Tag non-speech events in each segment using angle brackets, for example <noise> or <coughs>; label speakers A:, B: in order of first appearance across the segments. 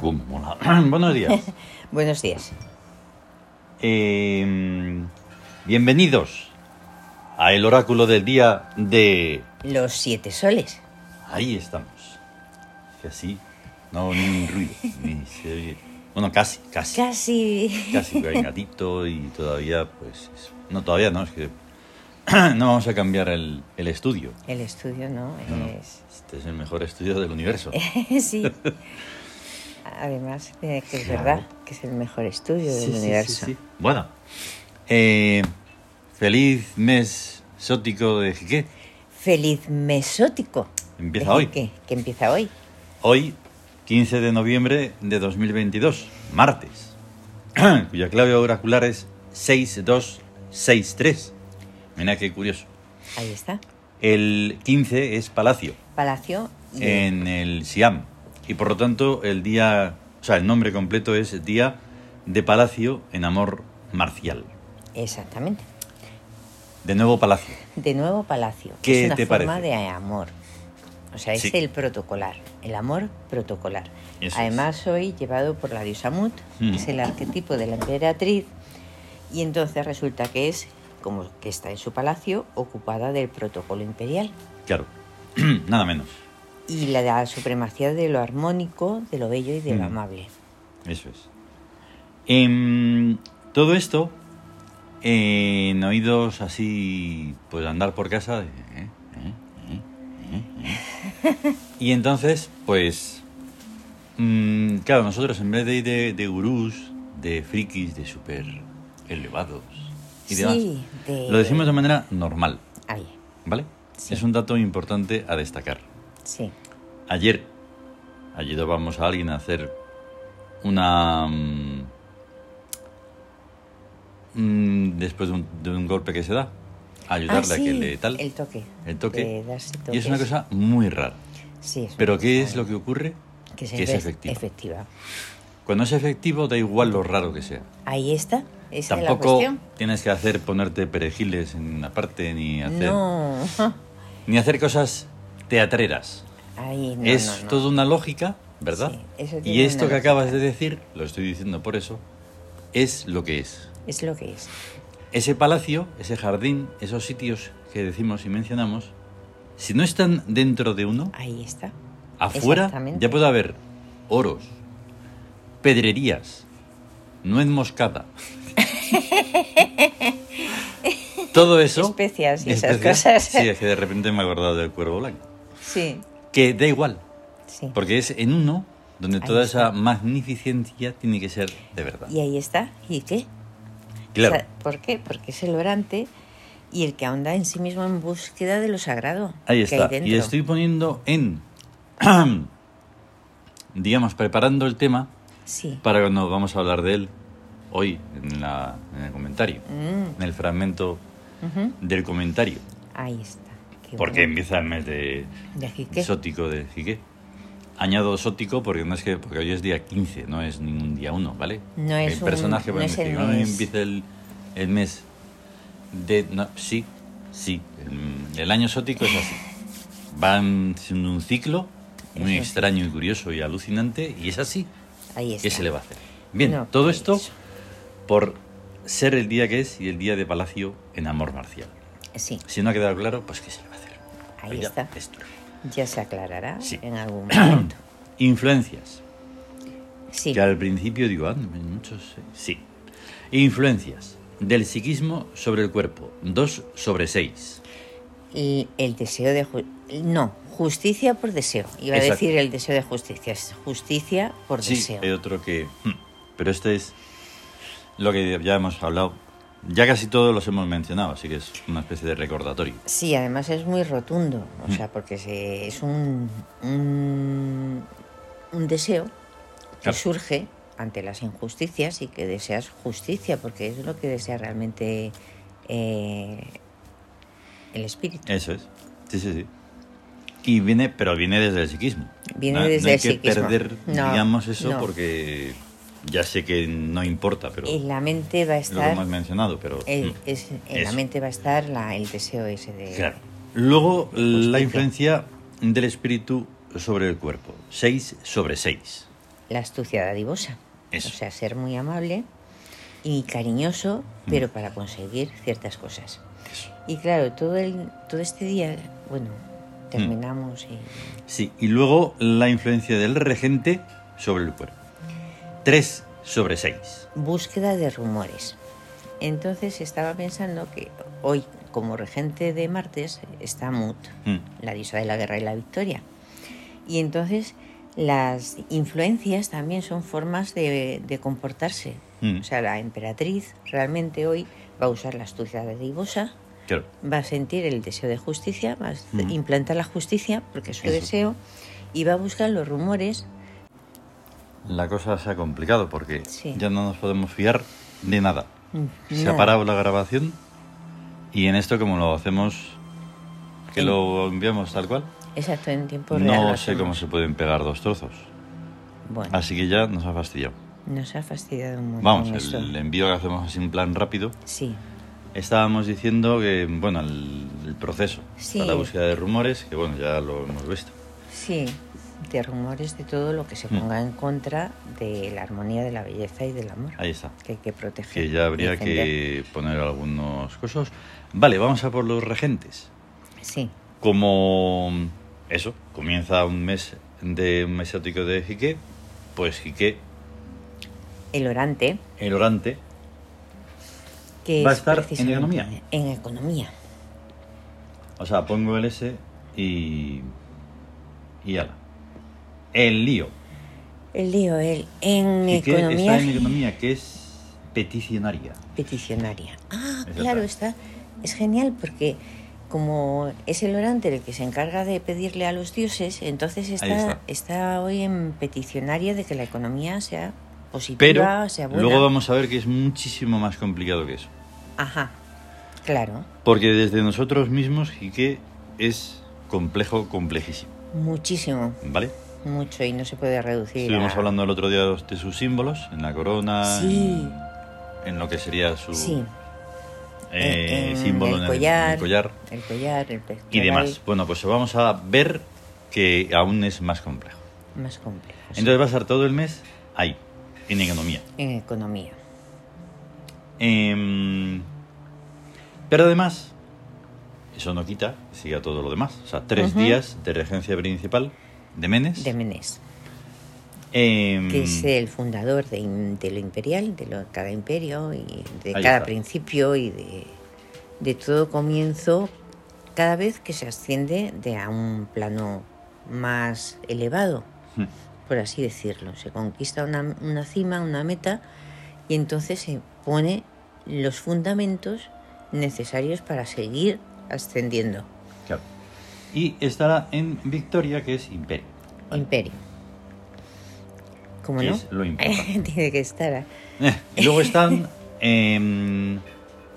A: Boom, mola. <clears throat> Buenos
B: <laughs>
A: días.
B: Buenos días.
A: Eh, bienvenidos a el oráculo del día de...
B: Los siete soles.
A: Ahí estamos. Que así, no ni un ruido, ni se oye. Bueno, casi, casi.
B: Casi.
A: Casi, pero hay gatito y todavía, pues... eso. No, todavía no, es que... <clears throat> No vamos a cambiar el, el estudio.
B: El estudio, ¿no?
A: No, no.
B: Es...
A: Este es el mejor estudio del universo.
B: <laughs> sí. Además, eh, que es
A: Claro.
B: verdad que es el mejor estudio
A: Sí,
B: del
A: sí, sí,
B: universo.
A: sí. Bueno, eh, feliz mes sótico de Jiqué.
B: Feliz mesótico.
A: Empieza hoy.
B: Que, que empieza hoy.
A: Hoy, 15 de noviembre de 2022, martes, <clears throat> cuya clave oracular es 6263. Mira qué curioso.
B: Ahí está.
A: El 15 es palacio
B: Palacio. y-
A: en el Siam y por lo tanto el día, o sea, el nombre completo es Día de Palacio en Amor Marcial.
B: Exactamente.
A: De nuevo palacio.
B: De nuevo, palacio.
A: ¿Qué
B: es una
A: te
B: forma
A: parece?
B: de amor. O sea, es
A: Sí.
B: el protocolar, el amor protocolar.
A: Eso
B: Además, hoy llevado por la diosa Mut,
A: Mm.
B: que es el arquetipo de la emperatriz, y entonces resulta que es como que está en su palacio ocupada del protocolo imperial.
A: Claro, <clears throat> nada menos.
B: Y la, la supremacía de lo armónico, de lo bello y de lo
A: Mm.
B: amable.
A: Eso es. Em, todo esto eh, en oídos así, pues andar por casa. de, eh, eh, eh, eh, eh. Y entonces, pues, mm, claro, nosotros en vez de ir de, de gurús, de frikis, de super elevados y demás,
B: Sí, de-
A: lo decimos de manera normal,
B: Ahí,
A: ¿vale?
B: Sí.
A: Es un dato importante a destacar.
B: sí.
A: Ayer ayudábamos a alguien a hacer una... mm, mm, después de un, de un golpe que se da, ayudarle
B: Ah,
A: a que
B: sí,
A: le tal...
B: El toque.
A: el toque.
B: de darse
A: y es una
B: toques.
A: cosa muy rara.
B: Sí, es una
A: Pero ¿qué
B: cosa
A: es lo que ocurre?
B: que
A: que es
B: ve-
A: efectivo.
B: efectiva.
A: Cuando es efectivo da igual lo raro que sea.
B: Ahí está. Esa es la
A: Tampoco
B: cuestión.
A: tienes que hacer ponerte perejiles en una parte ni hacer,
B: No. <laughs>
A: ni hacer cosas teatreras.
B: Ahí no.
A: es
B: no, no.
A: toda una lógica, ¿verdad?
B: Sí, eso tiene
A: y esto
B: una
A: que
B: lógica.
A: acabas de decir, lo estoy diciendo por eso, es lo que es.
B: Es lo que es.
A: Ese palacio, ese jardín, esos sitios que decimos y mencionamos, si no están dentro de uno,
B: Ahí está.
A: afuera
B: Ah, Exactamente.
A: ya puede haber oros, pedrerías, nuez
B: <laughs>
A: moscada. Todo eso.
B: Especias y esas
A: especias.
B: cosas.
A: Sí, es que de repente me he acordado del cuervo blanco.
B: Sí.
A: Que da igual,
B: Sí.
A: porque es en uno donde
B: Ahí
A: toda
B: está.
A: esa magnificencia tiene que ser de verdad.
B: Y ahí está. ¿Y qué? O
A: Claro,
B: sea, ¿Por qué? Porque es el orante y el que ahonda en sí mismo en búsqueda de lo sagrado.
A: ahí
B: que
A: está.
B: hay dentro.
A: Y estoy poniendo en, <clears throat> digamos, preparando el tema
B: Sí.
A: para cuando vamos a hablar de él hoy en, la- en el comentario,
B: Mm,
A: en el fragmento
B: ujú.
A: del comentario,
B: Ahí está. Qué
A: porque
B: bueno.
A: empieza el mes de
B: De aquí qué.
A: sótico de Jiqué. Añado sótico porque no es que porque hoy es día 15, no es ningún día 1, ¿vale?
B: No
A: Hay
B: es un-
A: personaje
B: no
A: bueno,
B: es el
A: que digo, "Ay,
B: mes".
A: empieza el, el mes de no, sí, sí, el, el año sótico es así. Van siendo un ciclo muy
B: Eso sí.
A: extraño y curioso y alucinante y es así.
B: Ahí está.
A: ¿Qué se le va a hacer? Bien,
B: No,
A: todo
B: pues
A: esto
B: eso.
A: por ser el día que es y el día de Palacio en Amor Marcial.
B: Sí.
A: Si no ha quedado claro, pues ¿qué se le va a hacer?
B: Ahí
A: Pero ya
B: está.
A: esto.
B: Ya se aclarará
A: Sí.
B: en
A: <clears throat>
B: algún momento.
A: Mm. Influencias.
B: Sí.
A: Que al principio digo, ah, hay muchos. eh". Sí. Influencias del psiquismo sobre el cuerpo. 2 sobre 6.
B: Y el deseo de... ju- No, justicia por deseo. Iba a
A: Exacto.
B: decir el deseo de justicia. Es justicia por
A: Sí,
B: deseo.
A: hay otro que. hmm, Pero este es lo que ya hemos hablado. Ya casi todos los hemos mencionado, así que es una especie de recordatorio.
B: Sí, además es muy rotundo. O
A: Mm.
B: sea, porque se- es un, un, un deseo que
A: Claro.
B: surge ante las injusticias y que deseas justicia, porque es lo que desea realmente eh, el espíritu.
A: Eso es. Sí, sí, sí. Y viene, pero viene desde el psiquismo.
B: Viene
A: no, no
B: desde
A: hay
B: el
A: que
B: psiquismo.
A: perder,
B: No,
A: digamos, eso
B: no.
A: porque ya sé que no importa, pero
B: En la mente va a
A: lo que
B: estar...
A: hemos mencionado, pero
B: el-
A: mm,
B: es- en la
A: eso.
B: mente va a estar la- el deseo ese de...
A: Claro. Luego la
B: Justicia.
A: influencia del espíritu sobre el cuerpo. 6 sobre 6.
B: la astucia dadivosa.
A: Eso.
B: O sea, ser muy amable y cariñoso, pero para conseguir ciertas cosas.
A: Mm. Eso.
B: Y claro, todo, el, todo este día, bueno,
A: Mm.
B: terminamos y...
A: Sí, y luego la influencia del regente sobre el cuerpo. 3 sobre 6.
B: Búsqueda de rumores. Entonces estaba pensando que hoy, como regente de martes, está Mut,
A: Mm.
B: la diosa de la guerra y la victoria. Y entonces las influencias también son formas de, de comportarse.
A: Mm.
B: O sea, la emperatriz realmente hoy va a usar la astucia de Divosa,
A: Claro.
B: va a sentir el deseo de justicia, va a s-
A: Ujú.
B: implantar la justicia porque es su
A: Mm. Eso.
B: deseo y va a buscar los rumores.
A: La cosa se ha complicado porque
B: Sí. Mm,
A: ya no nos podemos fiar de nada. Se ha
B: Nada.
A: parado la grabación y en esto como lo hacemos, que
B: Sí.
A: lo enviamos tal cual,
B: Exacto, en tiempo real.
A: no
B: lo
A: sé cómo
B: hacemos.
A: se pueden pegar dos trozos.
B: Bueno,
A: Así que ya nos ha fastidiado.
B: nos ha fastidiado un montón
A: Vamos,
B: esto.
A: el envío que hacemos así en plan rápido.
B: Sí,
A: Estábamos diciendo que, bueno, el, el proceso
B: Sí.
A: para la búsqueda de rumores, que bueno, ya lo hemos visto.
B: sí, de rumores de todo lo que se
A: Mm.
B: ponga en contra de la armonía de la belleza y del amor.
A: Ahí está.
B: Que hay que proteger.
A: Que ya habría
B: defender.
A: que poner algunos cosas. Vale, vamos a por los regentes.
B: Sí,
A: Como eso, comienza un mes de un mes ático de Jique, pues Jique,
B: el orante,
A: el orante,
B: que
A: Va a
B: es
A: estar en
B: precisamente-
A: economía.
B: En economía,
A: o sea, pongo el S y. y ala. El lío.
B: El lío, él, en
A: Jique
B: economía,
A: está en economía, que es peticionaria.
B: peticionaria. Ah,
A: Exacto.
B: claro, está. Es genial porque como es el orante el que se encarga de pedirle a los dioses, entonces está,
A: Ahí está.
B: está. hoy en peticionaria de que la economía sea
A: Pero
B: positiva, sea buena.
A: luego vamos a ver que es muchísimo más complicado que eso.
B: Ajá, claro,
A: Porque desde nosotros mismos Jique es complejo, complejísimo.
B: muchísimo,
A: ¿Vale?
B: mucho y no se puede reducir.
A: Estuvimos
B: a-
A: hablando el otro día de sus símbolos, en la corona,
B: Sí.
A: en, en lo que sería su
B: Sí,
A: eh,
B: en- en
A: símbolo
B: el
A: en
B: collar.
A: el collar
B: el collar, el pectoral,
A: y demás. Bueno, pues vamos a ver que aún es más complejo.
B: Más complejo. sí.
A: Entonces va a estar todo el mes ahí, en economía.
B: en economía.
A: Em, pero además, eso no quita, siga todo lo demás. O sea, tres
B: Ujú.
A: días de regencia principal de Menes.
B: De Menés,
A: Em,
B: que es el fundador de, im- de lo imperial, de lo- cada imperio y de
A: Ahí
B: cada
A: está.
B: principio y de, de todo comienzo, cada vez que se asciende de a un plano más elevado,
A: Hm,
B: por así decirlo. Se conquista una, una cima, una meta, y entonces se pone los fundamentos necesarios para seguir ascendiendo.
A: Claro. Y estará en Victoria, que es Imperio.
B: Imperio. ¿Cómo
A: que
B: no?
A: es
B: <laughs>
A: lo importante.
B: Tiene que estar. ah.
A: y Eh, luego
B: <laughs>
A: están em,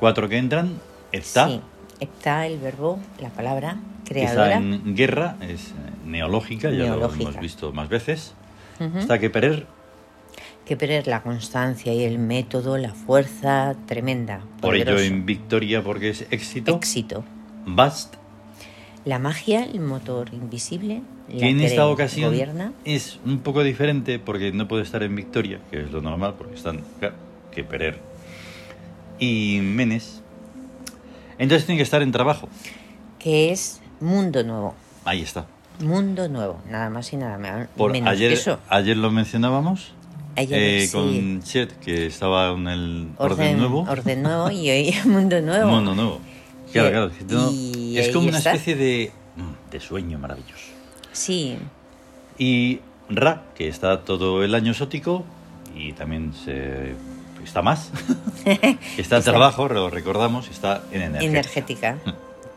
A: cuatro que entran. Está,
B: Sí, está el verbo, la palabra
A: que
B: creadora.
A: está en guerra, es eh, neológica, ya lo
B: Neológica.
A: hemos visto más veces.
B: Ujú.
A: Está que Perer,
B: Que perder la constancia y el método, la fuerza tremenda.
A: por ello
B: poderoso.
A: en Victoria, porque es éxito.
B: éxito.
A: Bast,
B: La magia, el motor invisible. la
A: que en
B: que
A: esta ocasión
B: Gobierna.
A: es un poco diferente porque no puede estar en Victoria, que es lo normal, porque están claro, que Perer y Menes. Entonces tiene que estar en trabajo.
B: Que es mundo nuevo.
A: Ahí está.
B: Mundo nuevo. Nada más y nada me-
A: Por
B: menos
A: ayer,
B: que eso.
A: ayer lo mencionábamos
B: Ayer,
A: eh,
B: sí.
A: con Chet, que estaba en el orden, nuevo.
B: Orden nuevo y hoy <laughs> mundo nuevo.
A: Mundo nuevo. Claro,
B: Y-
A: claro. es que no-
B: y
A: es
B: ahí
A: como una
B: está.
A: especie de, mm, de sueño maravilloso.
B: Sí,
A: Y Ra, que está todo el año sótico y también se, está
B: <laughs>
A: más. está en
B: Está-
A: trabajo, lo recordamos, está en energía.
B: energética.
A: Mm.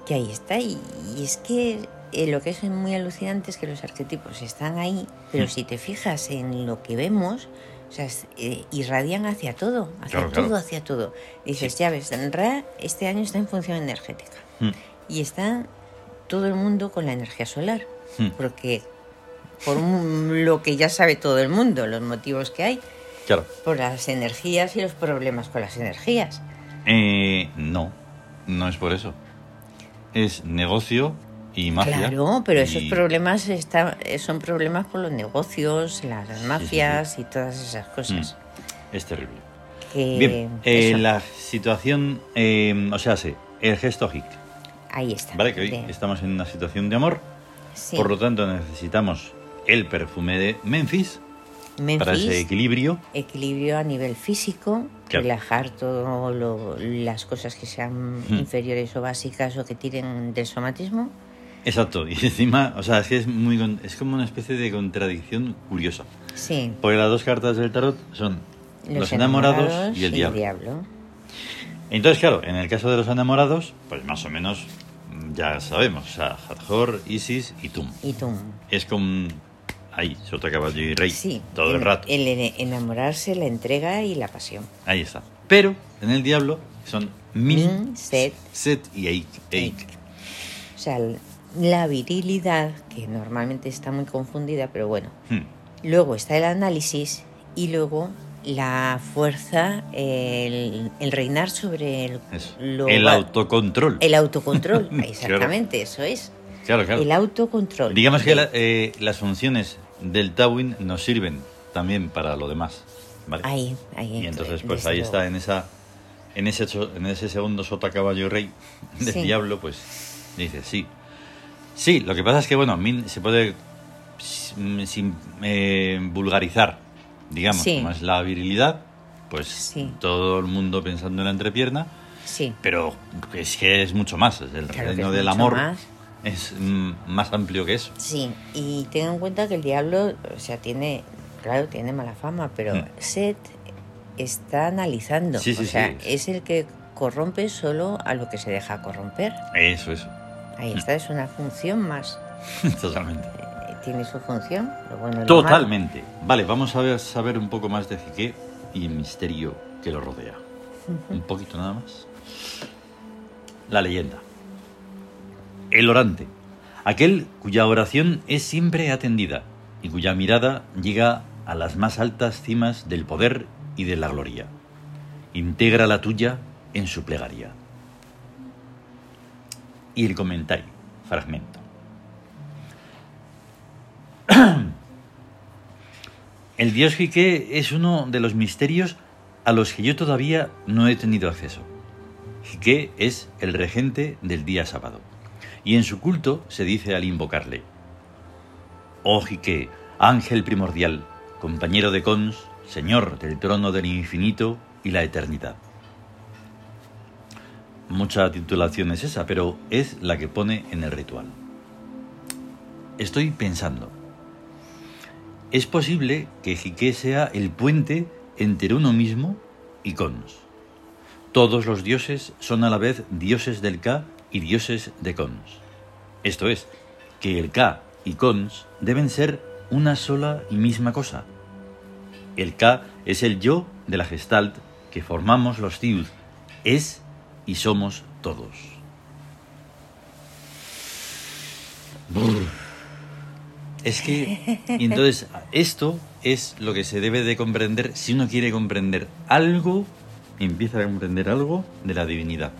B: Que ahí está. Y, y es que eh, lo que es muy alucinante es que los arquetipos están ahí, pero
A: Mm.
B: si te fijas en lo que vemos, o sea, es- eh, irradian hacia todo, hacia
A: Claro,
B: todo,
A: claro.
B: hacia todo. Dices, ya ves, Ra este año está en función energética.
A: Mm,
B: Y está todo el mundo con la energía solar.
A: Mm.
B: Porque por un- lo que ya sabe todo el mundo, los motivos que hay,
A: Claro.
B: por las energías y los problemas con las energías.
A: Eh, no, no es por eso. Es negocio Y mafia.
B: Claro, pero
A: y-
B: esos problemas está- eh, son problemas por los negocios, las mafias y todas esas cosas.
A: Es terrible.
B: Que-
A: Mm. Bien, eh,
B: eso,
A: la situación, eh, o sea, sí, el gesto hic,
B: Ahí está.
A: ¿vale? Que hoy
B: Bien,
A: estamos en una situación de amor,
B: sí.
A: por lo tanto necesitamos el perfume de Memphis, para
B: Memphis,
A: ese equilibrio.
B: equilibrio a nivel físico,
A: Claro.
B: relajar todas las cosas que sean
A: Hmm.
B: inferiores o básicas o que tiren del somatismo.
A: Exacto, y encima, o sea, es que es, muy, con- es como una especie de contradicción curiosa.
B: Sí.
A: Porque las dos cartas del tarot son los, enamorados, y el diablo. Entonces, claro, en el caso de los enamorados, pues más o menos mm, ya sabemos, o sea, Hathor, Isis y Tum.
B: Y tú.
A: Es con ahí, sota caballo y rey,
B: Sí.
A: todo el
B: en-
A: rato.
B: El ene- enamorarse, la entrega y la pasión.
A: Ahí está. Pero en el diablo son min,
B: Min, set.
A: set y eik. eik.
B: O sea, el- la virilidad, que normalmente está muy confundida, pero bueno.
A: Hmm.
B: Luego está el análisis y luego la fuerza, el, el reinar sobre el,
A: Eso.
B: lo-
A: el autocontrol. <laughs>
B: el autocontrol. <laughs> Exactamente, eso es.
A: Claro, claro.
B: El autocontrol.
A: Digamos que la- eh, las funciones del Tawin nos sirven también para lo demás. ¿vale?
B: Ahí, ahí.
A: y entonces,
B: desde
A: pues ahí
B: luego.
A: está, en esa en ese, cho- en ese segundo sota caballo rey <laughs> del
B: Sí.
A: diablo, pues dice sí. Sí, lo que pasa es que, bueno, min se puede sin, sin, eh, vulgarizar, digamos,
B: Sí.
A: como es la virilidad, pues
B: Sí.
A: todo el mundo pensando en la entrepierna,
B: Sí,
A: pero es que es mucho más, es el
B: Claro que
A: reino
B: es
A: del
B: mucho
A: amor
B: más.
A: es mm, más amplio que eso.
B: sí. Y ten en cuenta que el diablo, o sea, tiene, claro, tiene mala fama, pero
A: Mm.
B: Set está analizando.
A: Sí, sí,
B: o sea,
A: sí.
B: es el que corrompe solo a lo que se deja corromper.
A: Eso, eso, <laughs>
B: Ahí
A: Mm.
B: está, es una función más.
A: totalmente.
B: Eh, Tiene su función, lo bueno y lo malo.
A: Totalmente. Vale, vamos a ver, saber un poco más de Jiqué y el misterio que lo rodea. Un poquito nada más. La leyenda. El orante. Aquel cuya oración es siempre atendida y cuya mirada llega a las más altas cimas del poder y de la gloria. Integra la tuya en su plegaria. Y el comentario, fragmento. El dios Jique es uno de los misterios a los que yo todavía no he tenido acceso. Jique es el regente del día sábado, y en su culto se dice al invocarle: Oh Jique, ángel primordial, compañero de Cons, señor del trono del infinito y la eternidad. Mucha titulación es esa, pero es la que pone en el ritual. Estoy pensando, es posible que Jiqué sea el puente entre uno mismo y Cons. Todos los dioses son a la vez dioses del Ka y dioses de Cons. Esto es, que el Ka y Cons deben ser una sola y misma cosa. El Ka es el yo de la Gestalt que formamos los Tiud, es y somos todos. Brr. Es que, y entonces, esto es lo que se debe de comprender si uno quiere comprender algo, empieza a comprender algo de la divinidad.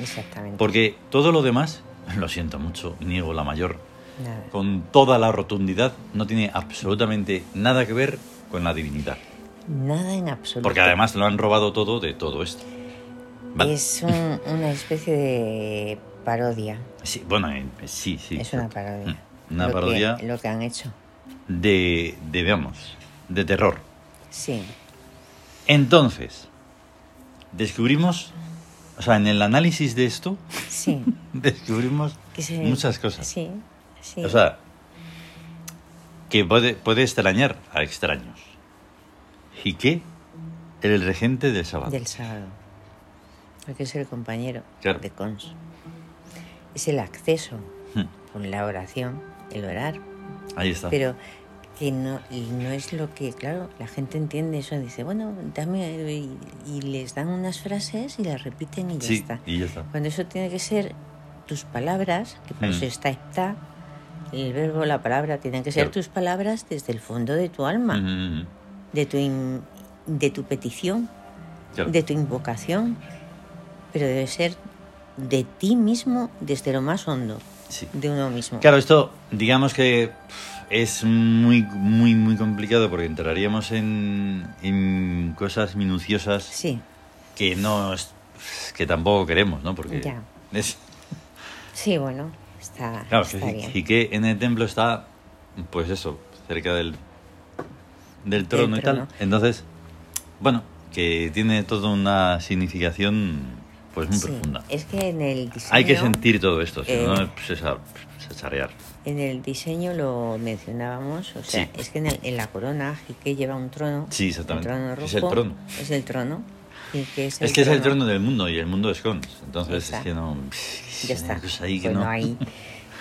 B: Exactamente.
A: Porque todo lo demás, <laughs> lo siento mucho, niego la mayor,
B: Nada.
A: con toda la rotundidad, no tiene absolutamente nada que ver con la divinidad.
B: Nada en absoluto.
A: Porque además lo han robado todo de todo esto. Vale.
B: Es un- una especie de parodia.
A: Sí, bueno, eh, sí, sí.
B: es una
A: exacto.
B: parodia.
A: Mm, Una
B: Lo que-
A: parodia
B: lo que han hecho.
A: de, de, veamos, de terror.
B: Sí.
A: Entonces, descubrimos, o sea, en el análisis de esto, <laughs>
B: Sí.
A: descubrimos
B: que se-
A: <laughs> muchas cosas.
B: Sí, sí.
A: O sea, que puede, puede extrañar a extraños. ¿Y qué? El regente del sábado.
B: del sábado. Porque es el compañero
A: Claro.
B: de Cons. Es el acceso
A: Hmm,
B: con la oración, el orar.
A: Ahí está.
B: Pero que no, y no es lo que, claro, la gente entiende eso. Dice, bueno, dame. Y, y les dan unas frases y las repiten y ya
A: sí,
B: está.
A: y ya está.
B: Cuando eso tiene que ser tus palabras, que para
A: Mm.
B: eso está está, el verbo, la palabra, tienen que ser
A: Claro.
B: tus palabras desde el fondo de tu alma,
A: Mm, mm,
B: de, tu in- de tu petición,
A: claro.
B: de tu invocación, pero debe ser de ti mismo desde lo más hondo
A: Sí.
B: de uno mismo.
A: Claro, esto digamos que pf, es muy, muy, muy complicado porque entraríamos en, en cosas minuciosas
B: Sí,
A: que no es- que tampoco queremos, ¿no? Porque
B: Ya.
A: es-
B: sí, bueno, está,
A: claro,
B: está
A: que
B: bien.
A: Jiqué en el templo está, pues eso, cerca del, del trono y
B: trono.
A: tal. Entonces, bueno, que tiene toda una significación pues muy
B: Sí,
A: profunda.
B: Es que en el diseño,
A: Hay que sentir todo esto, si
B: eh,
A: no pues, es esa- cesarear.
B: en el diseño lo mencionábamos, o sea,
A: Sí.
B: es que en, el- en la corona Jique lleva un trono,
A: Sí, exactamente.
B: un trono
A: Es
B: rojo,
A: el trono.
B: es el trono, Jique es,
A: Es que es el trono del mundo y el mundo es cons. Entonces
B: Ya
A: es que no.
B: ya
A: Hay
B: está, Pues
A: cosas Pues ahí que
B: Bueno,
A: no. Hmm.
B: ahí,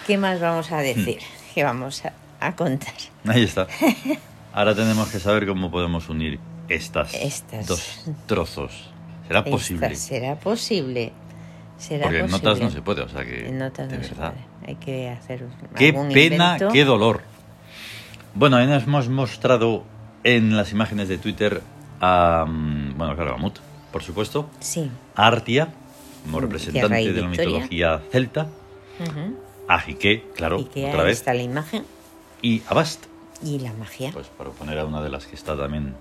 B: ¿qué más vamos a decir? ¿Qué vamos a, a contar?
A: <laughs> Ahí está. Ahora tenemos que saber cómo podemos unir estas,
B: Estas.
A: dos trozos. ¿Será
B: Esta-
A: Ah, posible?
B: ¿Será posible? ¿Será
A: Porque en
B: posible?
A: notas no se puede, o sea que.
B: En notas
A: de
B: no se
A: verdad.
B: puede. Hay que hacer un-
A: Qué
B: algún
A: pena,
B: invento.
A: qué dolor. Bueno, ahí nos hemos mostrado en las imágenes de Twitter a. mm, Bueno, claro, a Mut, por supuesto.
B: Sí.
A: A Artia, como
B: Mm,
A: representante
B: Rey
A: de la
B: Victoria.
A: mitología celta.
B: Ujú.
A: A Jiqué, claro,
B: y que
A: otra
B: ahí
A: vez.
B: está la imagen
A: Y a Bast.
B: y la magia
A: Pues para poner a una de las que está también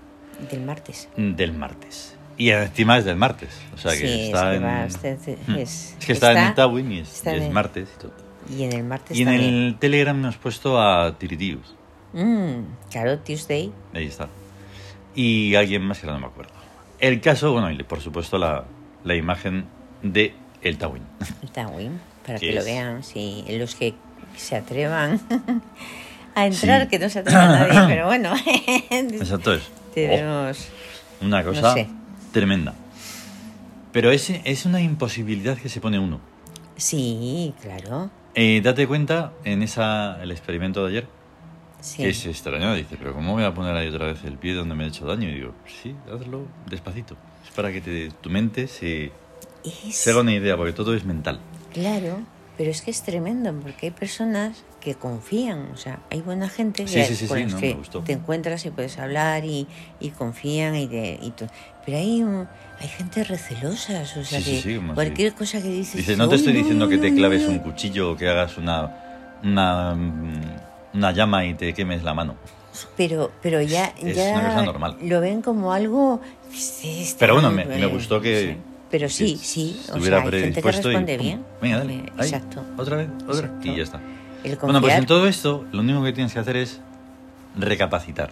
B: del martes.
A: del martes. Y encima es del martes. O sea que
B: Sí, es
A: está
B: que
A: en.
B: va, este- este-
A: Hmm.
B: es-
A: que está, en
B: está-
A: Itawin y es,
B: está
A: y es
B: de-
A: martes. y todo.
B: Y en el martes
A: Y en
B: también.
A: el Telegram nos has puesto a Tiritius.
B: Mm, claro, Tuesday.
A: Ahí está. Y alguien más que ahora no me acuerdo. El caso, bueno, y por supuesto la, la imagen de el Tawin.
B: Está bien, para
A: ¿Qué
B: que
A: es?
B: lo vean. Sí, los que se atrevan <laughs>
A: Sí. Oh.
B: a entrar, que no
A: <coughs>
B: se atreva nadie, pero bueno. <laughs>
A: <laughs> Exacto es.
B: tenemos.
A: Oh, una cosa
B: sé.
A: tremenda. Pero es, es una imposibilidad que se pone uno.
B: Sí, claro.
A: Eh, date cuenta en esa, el experimento de ayer,
B: Sí.
A: que se extrañó, dice, pero ¿cómo voy a poner ahí otra vez el pie donde me he hecho daño? Y digo, sí, hazlo despacito. Es para que te- tu mente se,
B: Es-
A: se haga una idea, porque todo es mental.
B: Claro, pero es que es tremendo porque hay personas que confían, o sea, hay buena gente
A: Sí,
B: que,
A: sí, sí,
B: con
A: sí,
B: las
A: no,
B: que
A: me gustó.
B: te encuentras y puedes hablar y, y confían y, de, y to- pero hay un- hay gente recelosa, o sea,
A: Sí, sí,
B: que
A: sí, como
B: cualquier cosa que dices
A: Dice, no te estoy
B: "Uy,
A: diciendo
B: uy,
A: que te
B: uy,
A: claves
B: uy".
A: un cuchillo o que hagas una, una, mm, una llama y te quemes la mano.
B: pero pero ya
A: Es
B: ya
A: una cosa normal.
B: lo ven como algo "Sí, está
A: Pero bueno,
B: muy
A: me, me gustó que...
B: Sí. pero sí,
A: que
B: sí, o sea,
A: estuviera
B: hay gente que
A: predispuesto y
B: responde
A: pum,
B: bien.
A: Venga, dale.
B: Eh,
A: ahí,
B: Exacto.
A: Otra vez, otra.
B: Exacto.
A: Y ya está.
B: El
A: Bueno, pues en
B: confiar-
A: todo esto, lo único que tienes que hacer es recapacitar.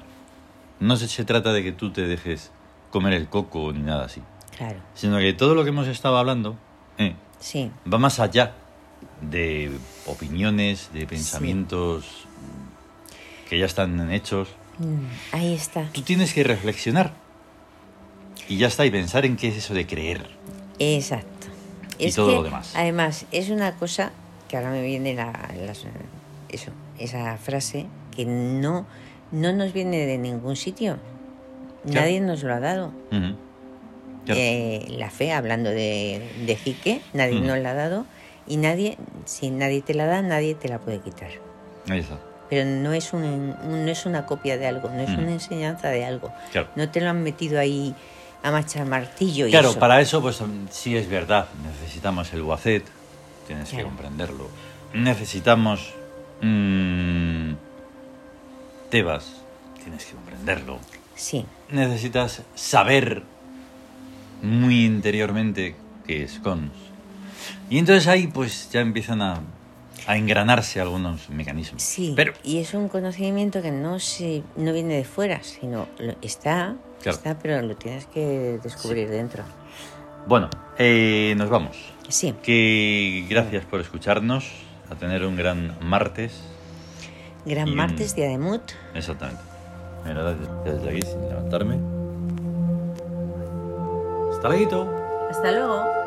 A: No se, se trata de que tú te dejes comer el coco ni nada así,
B: Claro.
A: sino que todo lo que hemos estado hablando eh,
B: Sí.
A: va más allá de opiniones, de pensamientos mm, que ya están hechos.
B: Mm, Ahí está.
A: Tú tienes que reflexionar y ya está, y pensar en qué es eso de creer.
B: Exacto.
A: Y todo lo demás.
B: Además, es una cosa que ahora me viene la, las- eso, esa frase que no, no nos viene de ningún sitio.
A: Claro.
B: Nadie nos lo ha dado.
A: Ujú. Claro.
B: Eh, la fe, hablando de, de Jique, nadie
A: Mm.
B: nos la ha dado. Y nadie, si nadie te la da, nadie te la puede quitar.
A: Ahí está.
B: Pero no es, un, un- no es una copia de algo, no es
A: Mm.
B: una enseñanza de algo.
A: Claro.
B: No te lo han metido ahí a macha martillo y
A: Claro,
B: eso.
A: para eso, pues sí es verdad. Necesitamos el Wacet, tienes que
B: Claro.
A: comprenderlo. Necesitamos. mm, Tebas, tienes que comprenderlo.
B: Sí,
A: Necesitas saber muy interiormente qué es Cons. Y entonces ahí, pues ya empiezan a, a engranarse algunos mecanismos.
B: Sí,
A: Pero,
B: y es un conocimiento que no se, no viene de fuera, sino lo- está,
A: Claro.
B: está, pero lo tienes que descubrir dentro.
A: bueno, eh, nos vamos.
B: Sí,
A: Que gracias por escucharnos. A tener un gran martes.
B: Gran
A: Y mm. un-
B: Martes, Día de Mut.
A: Exactamente. Mira, desde- desde aquí, sin levantarme. ¡Hasta luego!
B: Hasta luego.